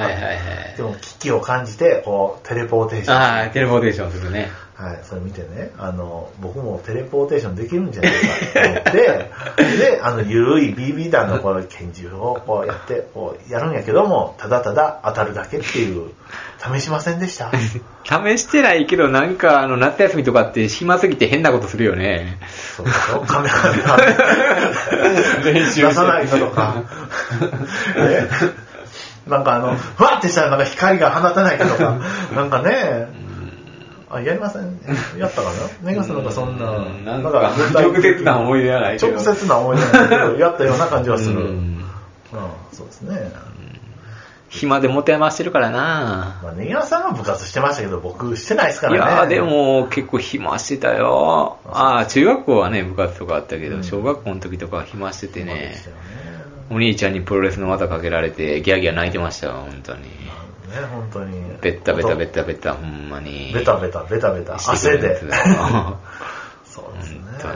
Speaker 2: はいはいはい
Speaker 3: で。も危機を感じて、こう、テレポーテーション。
Speaker 2: ああ、テレポーテーションするね。
Speaker 3: はい、それ見てね、あの、僕もテレポーテーションできるんじゃないかと思って、 で、あの、ゆるい BB 弾のこの拳銃をこうやって、こうやるんやけども、ただただ当たるだけっていう、試しませんでした
Speaker 2: 試してないけど、なんか、あの、夏休みとかって暇すぎて変なことするよ ね。
Speaker 3: そうでしょカメラでカメラ
Speaker 2: 練習して
Speaker 3: 出さないとか。ね なんかあの、ふわってしたらなんか光が放たないとか、なんかね、あ、やりませんやったかなネガスなんかそんな、
Speaker 2: うんなんか、直接な思い出はないけど。
Speaker 3: 直接な思い出なんだけどやったような感じはする。
Speaker 2: う
Speaker 3: うん、
Speaker 2: ん
Speaker 3: そうですね。
Speaker 2: 暇で持て余してるからな。
Speaker 3: まあ、ネギワさんは部活してましたけど、僕してないですか
Speaker 2: いやー
Speaker 3: らね。
Speaker 2: で。も結構暇してたよ。ああ、中学校はね、部活とかあったけど、小学校の時とかは暇してて
Speaker 3: ね
Speaker 2: ね、お兄ちゃんにプロレスの技かけられて、ギャーギャー泣いてましたよ、本当に。
Speaker 3: ね、本当に。
Speaker 2: ベッタベタベ
Speaker 3: タ。
Speaker 2: タベタ、ほんまに。
Speaker 3: ベタベタ、ベタベタ。
Speaker 2: して
Speaker 3: 汗
Speaker 2: くるん
Speaker 3: で。
Speaker 2: すよ 本
Speaker 3: そうですね。
Speaker 2: 当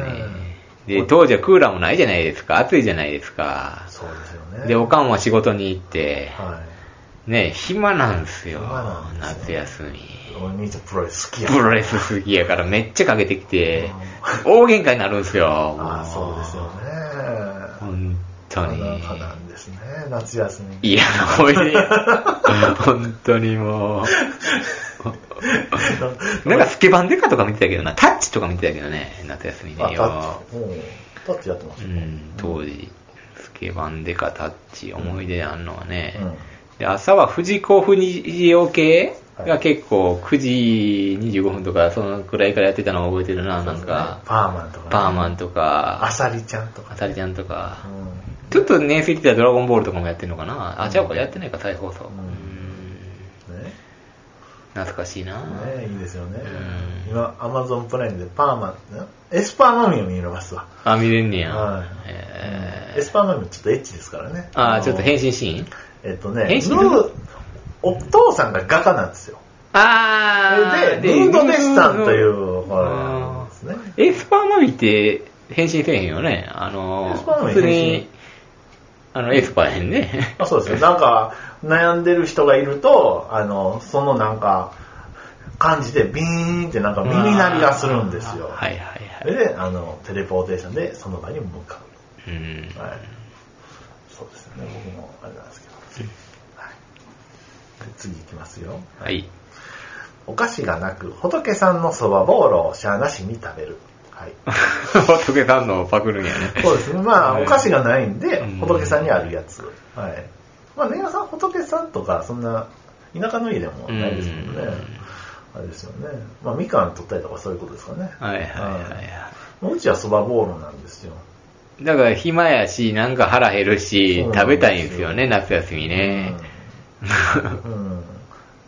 Speaker 2: に。で、当時はクーラーもないじゃないですか、暑いじゃないですか。
Speaker 3: そうですよね。
Speaker 2: で、おかんは仕事に行って、
Speaker 3: は
Speaker 2: ね、暇なんですよ
Speaker 3: 暇なん、です
Speaker 2: 夏
Speaker 3: よ
Speaker 2: 休み。
Speaker 3: い。お兄ちゃんプロレス好きや。
Speaker 2: プロレス好きやからめっちゃかけてきて、大喧嘩になるんすよ。
Speaker 3: ああ、そうですよね。
Speaker 2: 本当
Speaker 3: な
Speaker 2: に。
Speaker 3: かなんですね。夏休み。
Speaker 2: 嫌な思い 出。本当にもう。なんかスケバンデカとか見てたけどな、タッチとか見てたけどね、夏休み
Speaker 3: あ、
Speaker 2: ね。
Speaker 3: タッチ。うん。タッチやってまし
Speaker 2: う
Speaker 3: た。
Speaker 2: ん、当時。スケバンデカ、タッチ、思い出あんのはね。
Speaker 3: うん
Speaker 2: で朝は藤子不二雄系が結構9時25分とかそのくらいからやってたのを覚えてるな、なんか。
Speaker 3: パーマンとか、
Speaker 2: パーマンとか、
Speaker 3: アサリちゃんとか
Speaker 2: あ。さりちゃんと
Speaker 3: う
Speaker 2: か、
Speaker 3: ん
Speaker 2: ちょっと年数いってたらドラゴンボールとかもやってんのかなあ、じゃあこれやってないか、再放送。
Speaker 3: ん
Speaker 2: うん
Speaker 3: ね
Speaker 2: 懐かしいな
Speaker 3: ねいいですよね。
Speaker 2: うん
Speaker 3: 今、アマゾンプライムでパーマン、エスパーマミを見れますわ。
Speaker 2: あ、見れんねや。
Speaker 3: はい
Speaker 2: え
Speaker 3: エスパーマミちょっとエッチですからね。
Speaker 2: ーあ、ちょっと変
Speaker 3: 身。
Speaker 2: 身シーン
Speaker 3: えっとね、
Speaker 2: 変身する
Speaker 3: ヌーお父さんが画家なんですよ。
Speaker 2: あー、
Speaker 3: で、ヌードデスタンとい
Speaker 2: ヌー
Speaker 3: う、
Speaker 2: ド
Speaker 3: ほら、ですね。
Speaker 2: エスパーマミって変身せえへんよね。あの
Speaker 3: エスパーマ
Speaker 2: ー、
Speaker 3: ミ
Speaker 2: 普通
Speaker 3: 変
Speaker 2: に
Speaker 3: 身、
Speaker 2: あの、エスパーやへんね。
Speaker 3: まあ、そうですよ。なんか、悩んでる人がいると、あの、そのなんか、感じでビーンってなんか 耳鳴りがするんですよ。
Speaker 2: はいはいは
Speaker 3: そ
Speaker 2: い
Speaker 3: れで、あの、テレポーテーションでその場に向かう。。
Speaker 2: うん。
Speaker 3: はい。そうですよね、僕もあれなんですけど。はい。で次いきますよ。
Speaker 2: はい。
Speaker 3: お菓子がなく、仏さんのそばボーロをしゃあなしに食べる。はい。
Speaker 2: 仏さんのパクるんやね。
Speaker 3: そうですね。まあ、
Speaker 2: はい
Speaker 3: お菓子がないんで
Speaker 2: うん、
Speaker 3: 仏さんにあるやつ。はい。まあ、ネガさん、仏さんとか、そんな、田舎の家でもないですもんね
Speaker 2: うん。
Speaker 3: あれですよね。まあ、みかん取ったりとかそういうことですかね。
Speaker 2: はいはいはいは。
Speaker 3: はいい。もううちはそばボーロなんですよ。
Speaker 2: だから暇やし、なんか腹減るし
Speaker 3: そう、な
Speaker 2: 食
Speaker 3: ん
Speaker 2: べ
Speaker 3: ですよ
Speaker 2: たいんですよね、夏休みね。
Speaker 3: うんうん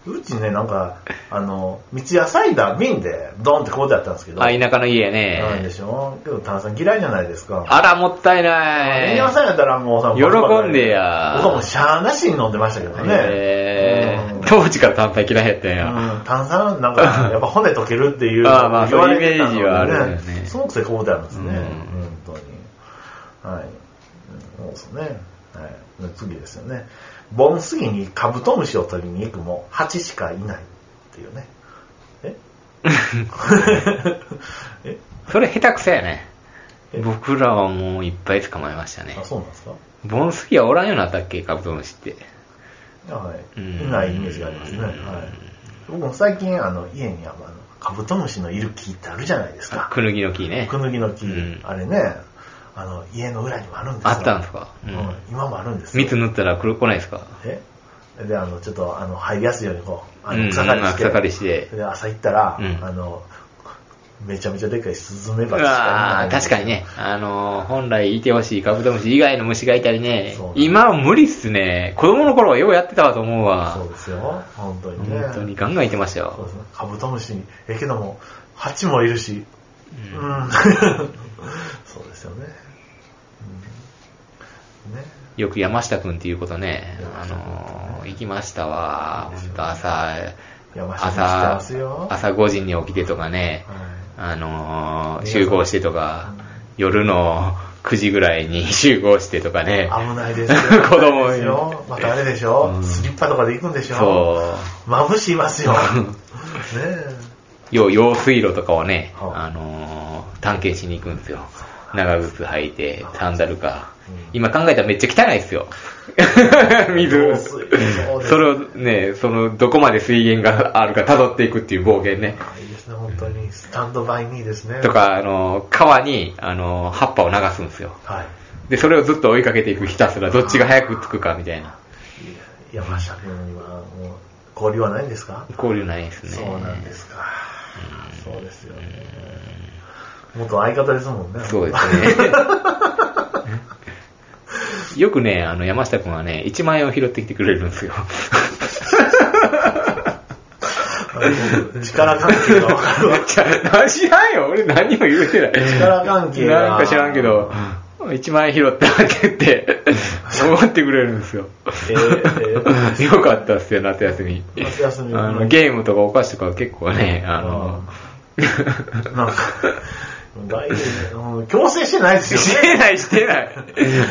Speaker 3: うちね、なんか、あの、道野菜だ、瓶で、ドンってこうてあったんですけ ど。
Speaker 2: あ、田舎の家や
Speaker 3: なんで
Speaker 2: ね。
Speaker 3: しょけど、炭酸嫌いじゃないですか。
Speaker 2: あら、もったい
Speaker 3: え
Speaker 2: ない。
Speaker 3: 野菜やったらもうさ、
Speaker 2: 喜んでや
Speaker 3: 僕はもうしゃあなしに飲んでましたけどね。
Speaker 2: え
Speaker 3: う
Speaker 2: ー
Speaker 3: ん
Speaker 2: 当時から単体嫌いやったんや。
Speaker 3: うん炭酸なんか、やっぱ骨溶けるっていう
Speaker 2: ああまあ
Speaker 3: 言われてたの
Speaker 2: そういうイメー
Speaker 3: で
Speaker 2: ジはあるよね
Speaker 3: そのくせこうであるんですね。
Speaker 2: うん
Speaker 3: 本当に。はい。うんそうですね。はい。で次ですよね。盆杉にカブトムシを取りに行くも、蜂しかいないっていうね。 ええ
Speaker 2: それ下手くそやね
Speaker 3: え。
Speaker 2: 僕らはもういっぱい捕まえましたね
Speaker 3: あ、。そうなんですか
Speaker 2: ボンスキはおらんようになったっけ、カブトムシって。
Speaker 3: はい。
Speaker 2: うん
Speaker 3: いないイメージがありますね。はい。僕も最近、あの、家にあのカブトムシのいる木ってあるじゃないですか。
Speaker 2: クヌギの木ね
Speaker 3: ク。ヌギの木、
Speaker 2: うん
Speaker 3: あれね、あの、家の裏にもあるんですよ。
Speaker 2: あったんですかう
Speaker 3: う、
Speaker 2: んん
Speaker 3: 今もあるんですよ。
Speaker 2: 蜜塗ったら黒くないですか
Speaker 3: えで、あの、ちょっと、あの、入りやすいようにこう、あ
Speaker 2: うんう
Speaker 3: の、
Speaker 2: ん
Speaker 3: 草刈りして。
Speaker 2: 草刈りして
Speaker 3: で、朝行ったら、
Speaker 2: うん
Speaker 3: あの、めちゃめちゃでっかいスズメバチしか
Speaker 2: あ
Speaker 3: いない
Speaker 2: 確かにね。あのー、本来いてほしいカブトムシ以外の虫がいたりね
Speaker 3: そうね。
Speaker 2: 今は無理っすね。子供の頃はようやってたわと思う
Speaker 3: そう
Speaker 2: わ。
Speaker 3: ですよ。本当にね。
Speaker 2: 本当にガンガンいてました
Speaker 3: そう
Speaker 2: よ。
Speaker 3: ですね。カブトムシに、ええけども、ハチもいるし、うん。 そうですよね。うん、ね。
Speaker 2: よく山下くんっていうことね。あのー、行きましたわ。本当朝、
Speaker 3: 山下も知って
Speaker 2: 朝
Speaker 3: ますよ、。
Speaker 2: 朝5時に起きてとかね。
Speaker 3: はい
Speaker 2: あのー
Speaker 3: ね
Speaker 2: 集合してとか
Speaker 3: うん、
Speaker 2: 夜の9時ぐらいに集合してとかね。
Speaker 3: 危ないですよ
Speaker 2: 子供に
Speaker 3: 危ないですよ。またあれでしょ、
Speaker 2: うん
Speaker 3: スリッパとかで行くんでしょ
Speaker 2: そ
Speaker 3: 眩しいま すよ。ねえ。
Speaker 2: う。よう、用水路とかをね、
Speaker 3: はあ
Speaker 2: あのー探検しに行くんですよ。長靴履いて、サンダルか
Speaker 3: うん。
Speaker 2: 今考えたらめっちゃ汚い ですよ。
Speaker 3: 用
Speaker 2: 水。
Speaker 3: 水そうです
Speaker 2: それをね、その、どこまで水源があるか辿っていくっていう冒険ね。
Speaker 3: あいいですね、本当に。スタンドバイミーですね。
Speaker 2: と。か、あのー川に、あのー葉っぱを流すんですよ。
Speaker 3: はい。
Speaker 2: で、それをずっと追いかけていくひたすら、どっちが早く着くかみたいな。
Speaker 3: 山下君には、もう、交流はないんですか
Speaker 2: 交流ないですね。
Speaker 3: そうなんですか。そうですよね。元相方ですもんね。
Speaker 2: そうですね。よくね、あの、山下くんはね、1万円を拾ってきてくれるんですよ。
Speaker 3: 力関係が分か るわ。
Speaker 2: じゃあ、知らんよ。俺何も言うてない。
Speaker 3: 力関係が
Speaker 2: なんか知らんけど、1万円拾ってあげて、思ってくれるんですよ。
Speaker 3: えー
Speaker 2: よかったっすよ、夏休み。
Speaker 3: 夏休み
Speaker 2: あの、ゲームとかお菓子とか結構ね、あの、
Speaker 3: なんか、大事うん強制してないです よ
Speaker 2: し
Speaker 3: ね。
Speaker 2: てない、してない。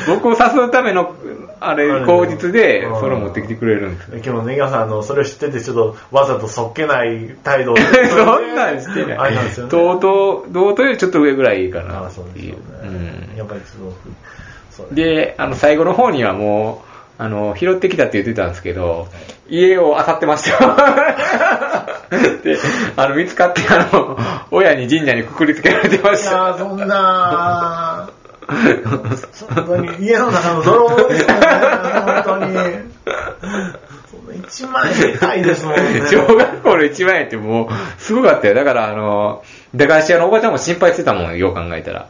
Speaker 2: 僕を誘うための、あれ、口実で、それを持ってきてくれるんですよ。
Speaker 3: 今日ね、井川さん、あの、それを知ってて、ちょっと、わざとそっけない態度 を。
Speaker 2: そんなんして
Speaker 3: あ
Speaker 2: な
Speaker 3: れ
Speaker 2: い
Speaker 3: なんですよ。ね。
Speaker 2: 同等、同等よりちょっと上ぐらいか
Speaker 3: あ
Speaker 2: な
Speaker 3: あ、そう
Speaker 2: って
Speaker 3: です
Speaker 2: い
Speaker 3: よ
Speaker 2: う。
Speaker 3: ね。やっぱり、そう。そう
Speaker 2: うんで、あの、最後の方にはもう、あの、拾ってきたって言ってたんですけど、家を漁ってました よ。で、あの、見つかって、あの、親に神社にくくりつけられてま
Speaker 3: い
Speaker 2: した。
Speaker 3: やーそんなー本当に、家の中の泥棒ですね、本当に。そんな1万円高いですもんね。
Speaker 2: 小学校の一万円ってもう、すごかったよ。だから、あの、駄菓子屋のおばちゃんも心配してたもん、よう考えたら。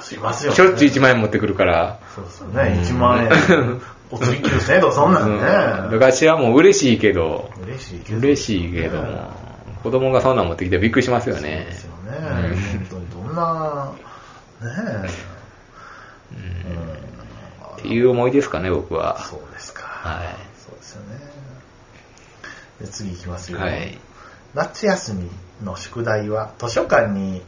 Speaker 3: しますよ、ね。
Speaker 2: しょっちゅう1万円持ってくるから。
Speaker 3: そうですよね、1万円。お釣り9000円とかそんな
Speaker 2: うんん。
Speaker 3: ね
Speaker 2: 駄。菓子屋も嬉しいけど、
Speaker 3: 嬉しいけど。
Speaker 2: 嬉しいけど
Speaker 3: ね
Speaker 2: も、子供がそんなん持ってきてびっくりしますよね
Speaker 3: で。すよね。
Speaker 2: うん
Speaker 3: 本当にどんな、ねえ。うん
Speaker 2: っていう思いですかね、僕は。
Speaker 3: そうですか。
Speaker 2: はい
Speaker 3: そうですよね。で次いきますよ。
Speaker 2: はい。
Speaker 3: 夏休みの宿題は図書館に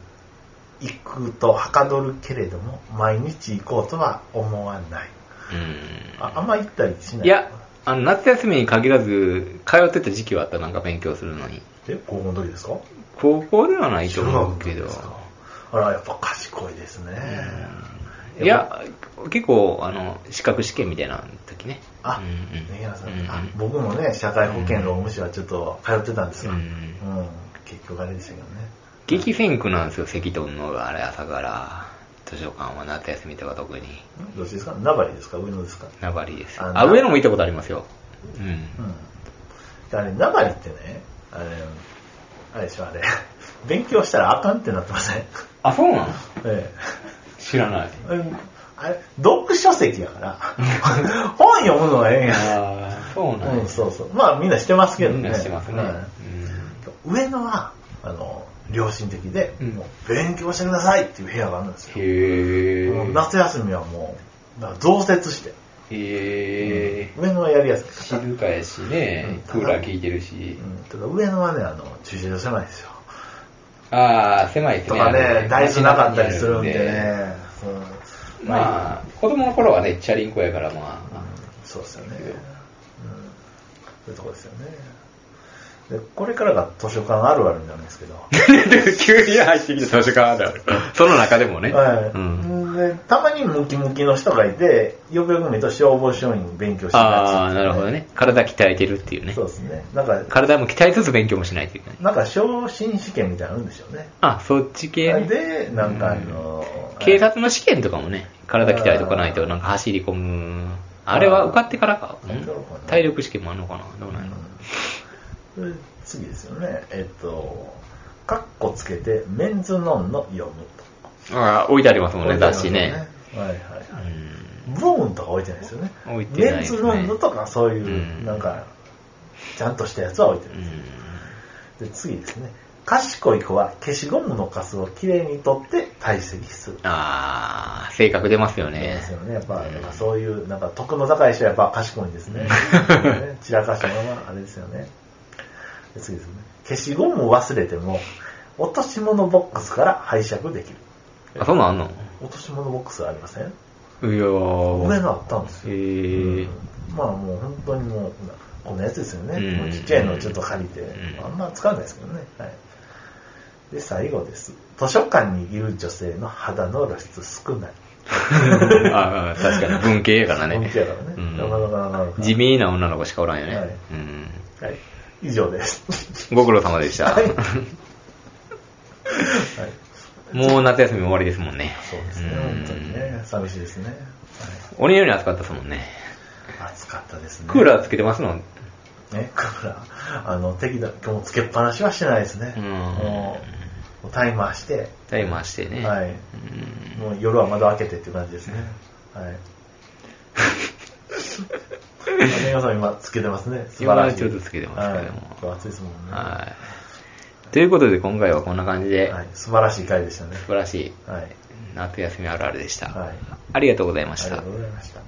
Speaker 3: 行くとはかどるけれども、毎日行こうとは思わない。
Speaker 2: う。
Speaker 3: ああんま行ったりしなんい
Speaker 2: いや、あの、夏休みに限らず、通ってた時期はあった、なんか勉強するのに。
Speaker 3: え、高校の時ですか
Speaker 2: 高校ではないと
Speaker 3: 中学
Speaker 2: 思
Speaker 3: の
Speaker 2: う
Speaker 3: 時
Speaker 2: けど
Speaker 3: で。すかあら、やっぱ賢いですね。
Speaker 2: いや、結構、あの、資格試験みたいな時ね。
Speaker 3: あ、
Speaker 2: う
Speaker 3: ね
Speaker 2: んうん
Speaker 3: 皆さん、
Speaker 2: うん
Speaker 3: あ僕もね、社会保険労務士はちょっと通ってたんですよ。う
Speaker 2: うんん、
Speaker 3: 結局あれでしたけどね。
Speaker 2: 激戦区なんですよ、関東のがあれ、朝から。図書館は夏休みとか特に。
Speaker 3: んどっちですか名張ですか上野ですか
Speaker 2: 名張です。
Speaker 3: あ
Speaker 2: あ、上野も行ったことありますよ。うん。
Speaker 3: うん。あれ、名張ってね、あれ、あれでしょ、あれ。 勉強したらあかんってなって ません
Speaker 2: あ、そうなの
Speaker 3: え
Speaker 2: 知らない。
Speaker 3: え。うんあれ、読書籍やから、 本読むのはええんや。
Speaker 2: ああ、そうなん
Speaker 3: うん、
Speaker 2: です。
Speaker 3: そうそう。まあみんなしてますけどね。
Speaker 2: みんなしてますね。
Speaker 3: はい上野は、あの、良心的で、
Speaker 2: うん
Speaker 3: もう勉強してくださいっていう部屋があるんです
Speaker 2: うん
Speaker 3: よ。
Speaker 2: へ
Speaker 3: もう
Speaker 2: ー
Speaker 3: 夏休みはもう、だから増設して、
Speaker 2: へー
Speaker 3: 上野はやりやすかった。
Speaker 2: 静かやし
Speaker 3: うん
Speaker 2: ね、クーラー効いてるし。
Speaker 3: うん、ただ上野はね、あの、駐車場狭いですよ。
Speaker 2: ああ、狭いです
Speaker 3: と
Speaker 2: ね。
Speaker 3: か
Speaker 2: あの
Speaker 3: ね、大事なかったりするんで。
Speaker 2: 街中にあ
Speaker 3: ね。
Speaker 2: るんでまあ、子供の頃はね、チャリンコやからま
Speaker 3: うん
Speaker 2: あ。
Speaker 3: そうですよね。うん。そういうとこですよね。で、これからが図書館あるあるになるんですけど。
Speaker 2: 急に入ってきた図書館あるある。その中でもね。
Speaker 3: はい
Speaker 2: うん
Speaker 3: でたまにムキムキの人がいて、よくよく見ると消防署員勉強して
Speaker 2: ああ、なるほどね。体鍛えてるっていうね
Speaker 3: そ。うですね。なんか、
Speaker 2: 体も鍛えつつ勉強もしないといけない。
Speaker 3: なんか昇進試験みたいなのあるんでしょうね。
Speaker 2: あ、そっち系ね。
Speaker 3: で、なんかあの、あ
Speaker 2: 警察の試験とかもね、体鍛えとかないと、なんか走り込む。あれは受かってからか。
Speaker 3: あー
Speaker 2: ん体力試験もあるのかなどうなんやろ
Speaker 3: うん次ですよね。えっと、カッコつけて、メンズノンの読むと。
Speaker 2: ああ、置いてありますもんね、雑誌ね。
Speaker 3: はいはいは
Speaker 2: うん
Speaker 3: い。ボーンとか置いてないですよね。
Speaker 2: 置いてない
Speaker 3: メン
Speaker 2: です
Speaker 3: ズ
Speaker 2: ね
Speaker 3: ノンのとかそういう、
Speaker 2: うん
Speaker 3: なんか、ちゃんとしたやつは置いてるんですよ。で次ですね。賢い子は消しゴムのカスをきれいに取って堆積する。
Speaker 2: ああ、性格出ますよ
Speaker 3: で
Speaker 2: ね。
Speaker 3: すよね。やっぱ、
Speaker 2: うん
Speaker 3: なんかそういう、なんか、徳の高い人はやっぱ賢いんですね。散らかしたまま、あれですよね。で次ですね。消しゴムを忘れても、落とし物ボックスから拝借できる。
Speaker 2: あ、そんなんあんの
Speaker 3: 落とし物ボックスありません
Speaker 2: いやー。
Speaker 3: 上があったんですよ。
Speaker 2: へえ。
Speaker 3: うんまあもう本当にもう、このやつですよね。
Speaker 2: うん
Speaker 3: もうちっちゃいのをちょっと借りて、
Speaker 2: うん
Speaker 3: あんま使わないですけどね。はい。で、最後です。図書館にいる女性の肌の露出少ない。
Speaker 2: ああ、確かに文系やからね。
Speaker 3: 本気やからね。
Speaker 2: うん
Speaker 3: なかなかなかなか。
Speaker 2: 地味な女の子しかおらんよね。
Speaker 3: はいうはい。以上です。
Speaker 2: ん。ご苦労様でした。
Speaker 3: はいはい。
Speaker 2: もう夏休み終わりですもんね。
Speaker 3: そうですね。
Speaker 2: ん
Speaker 3: 本当にね。寂しいですね。はい
Speaker 2: 鬼のように暑かったですもんね。
Speaker 3: 暑かったですね。
Speaker 2: クーラーつけてますの
Speaker 3: ー。ね、クーラー。あの、適度、今日つけっぱなしはしてないですね。
Speaker 2: うん
Speaker 3: もう、もうタイマーして、
Speaker 2: タイマーしてね。
Speaker 3: はい。
Speaker 2: うん
Speaker 3: もう夜は窓開けてっていう感じですね。はい。皆さん今つけてますね。素晴らしい。
Speaker 2: 今ちょっとつけてますけども
Speaker 3: はい今日暑いですもんね。
Speaker 2: はい。ということで今回はこんな感じで、
Speaker 3: はい。素晴らしい回でしたね。
Speaker 2: 素晴らしい
Speaker 3: はい。
Speaker 2: 夏休みあるあるでした。
Speaker 3: はい。
Speaker 2: ありがとうございま
Speaker 3: あり
Speaker 2: し
Speaker 3: が
Speaker 2: た
Speaker 3: と。うございました。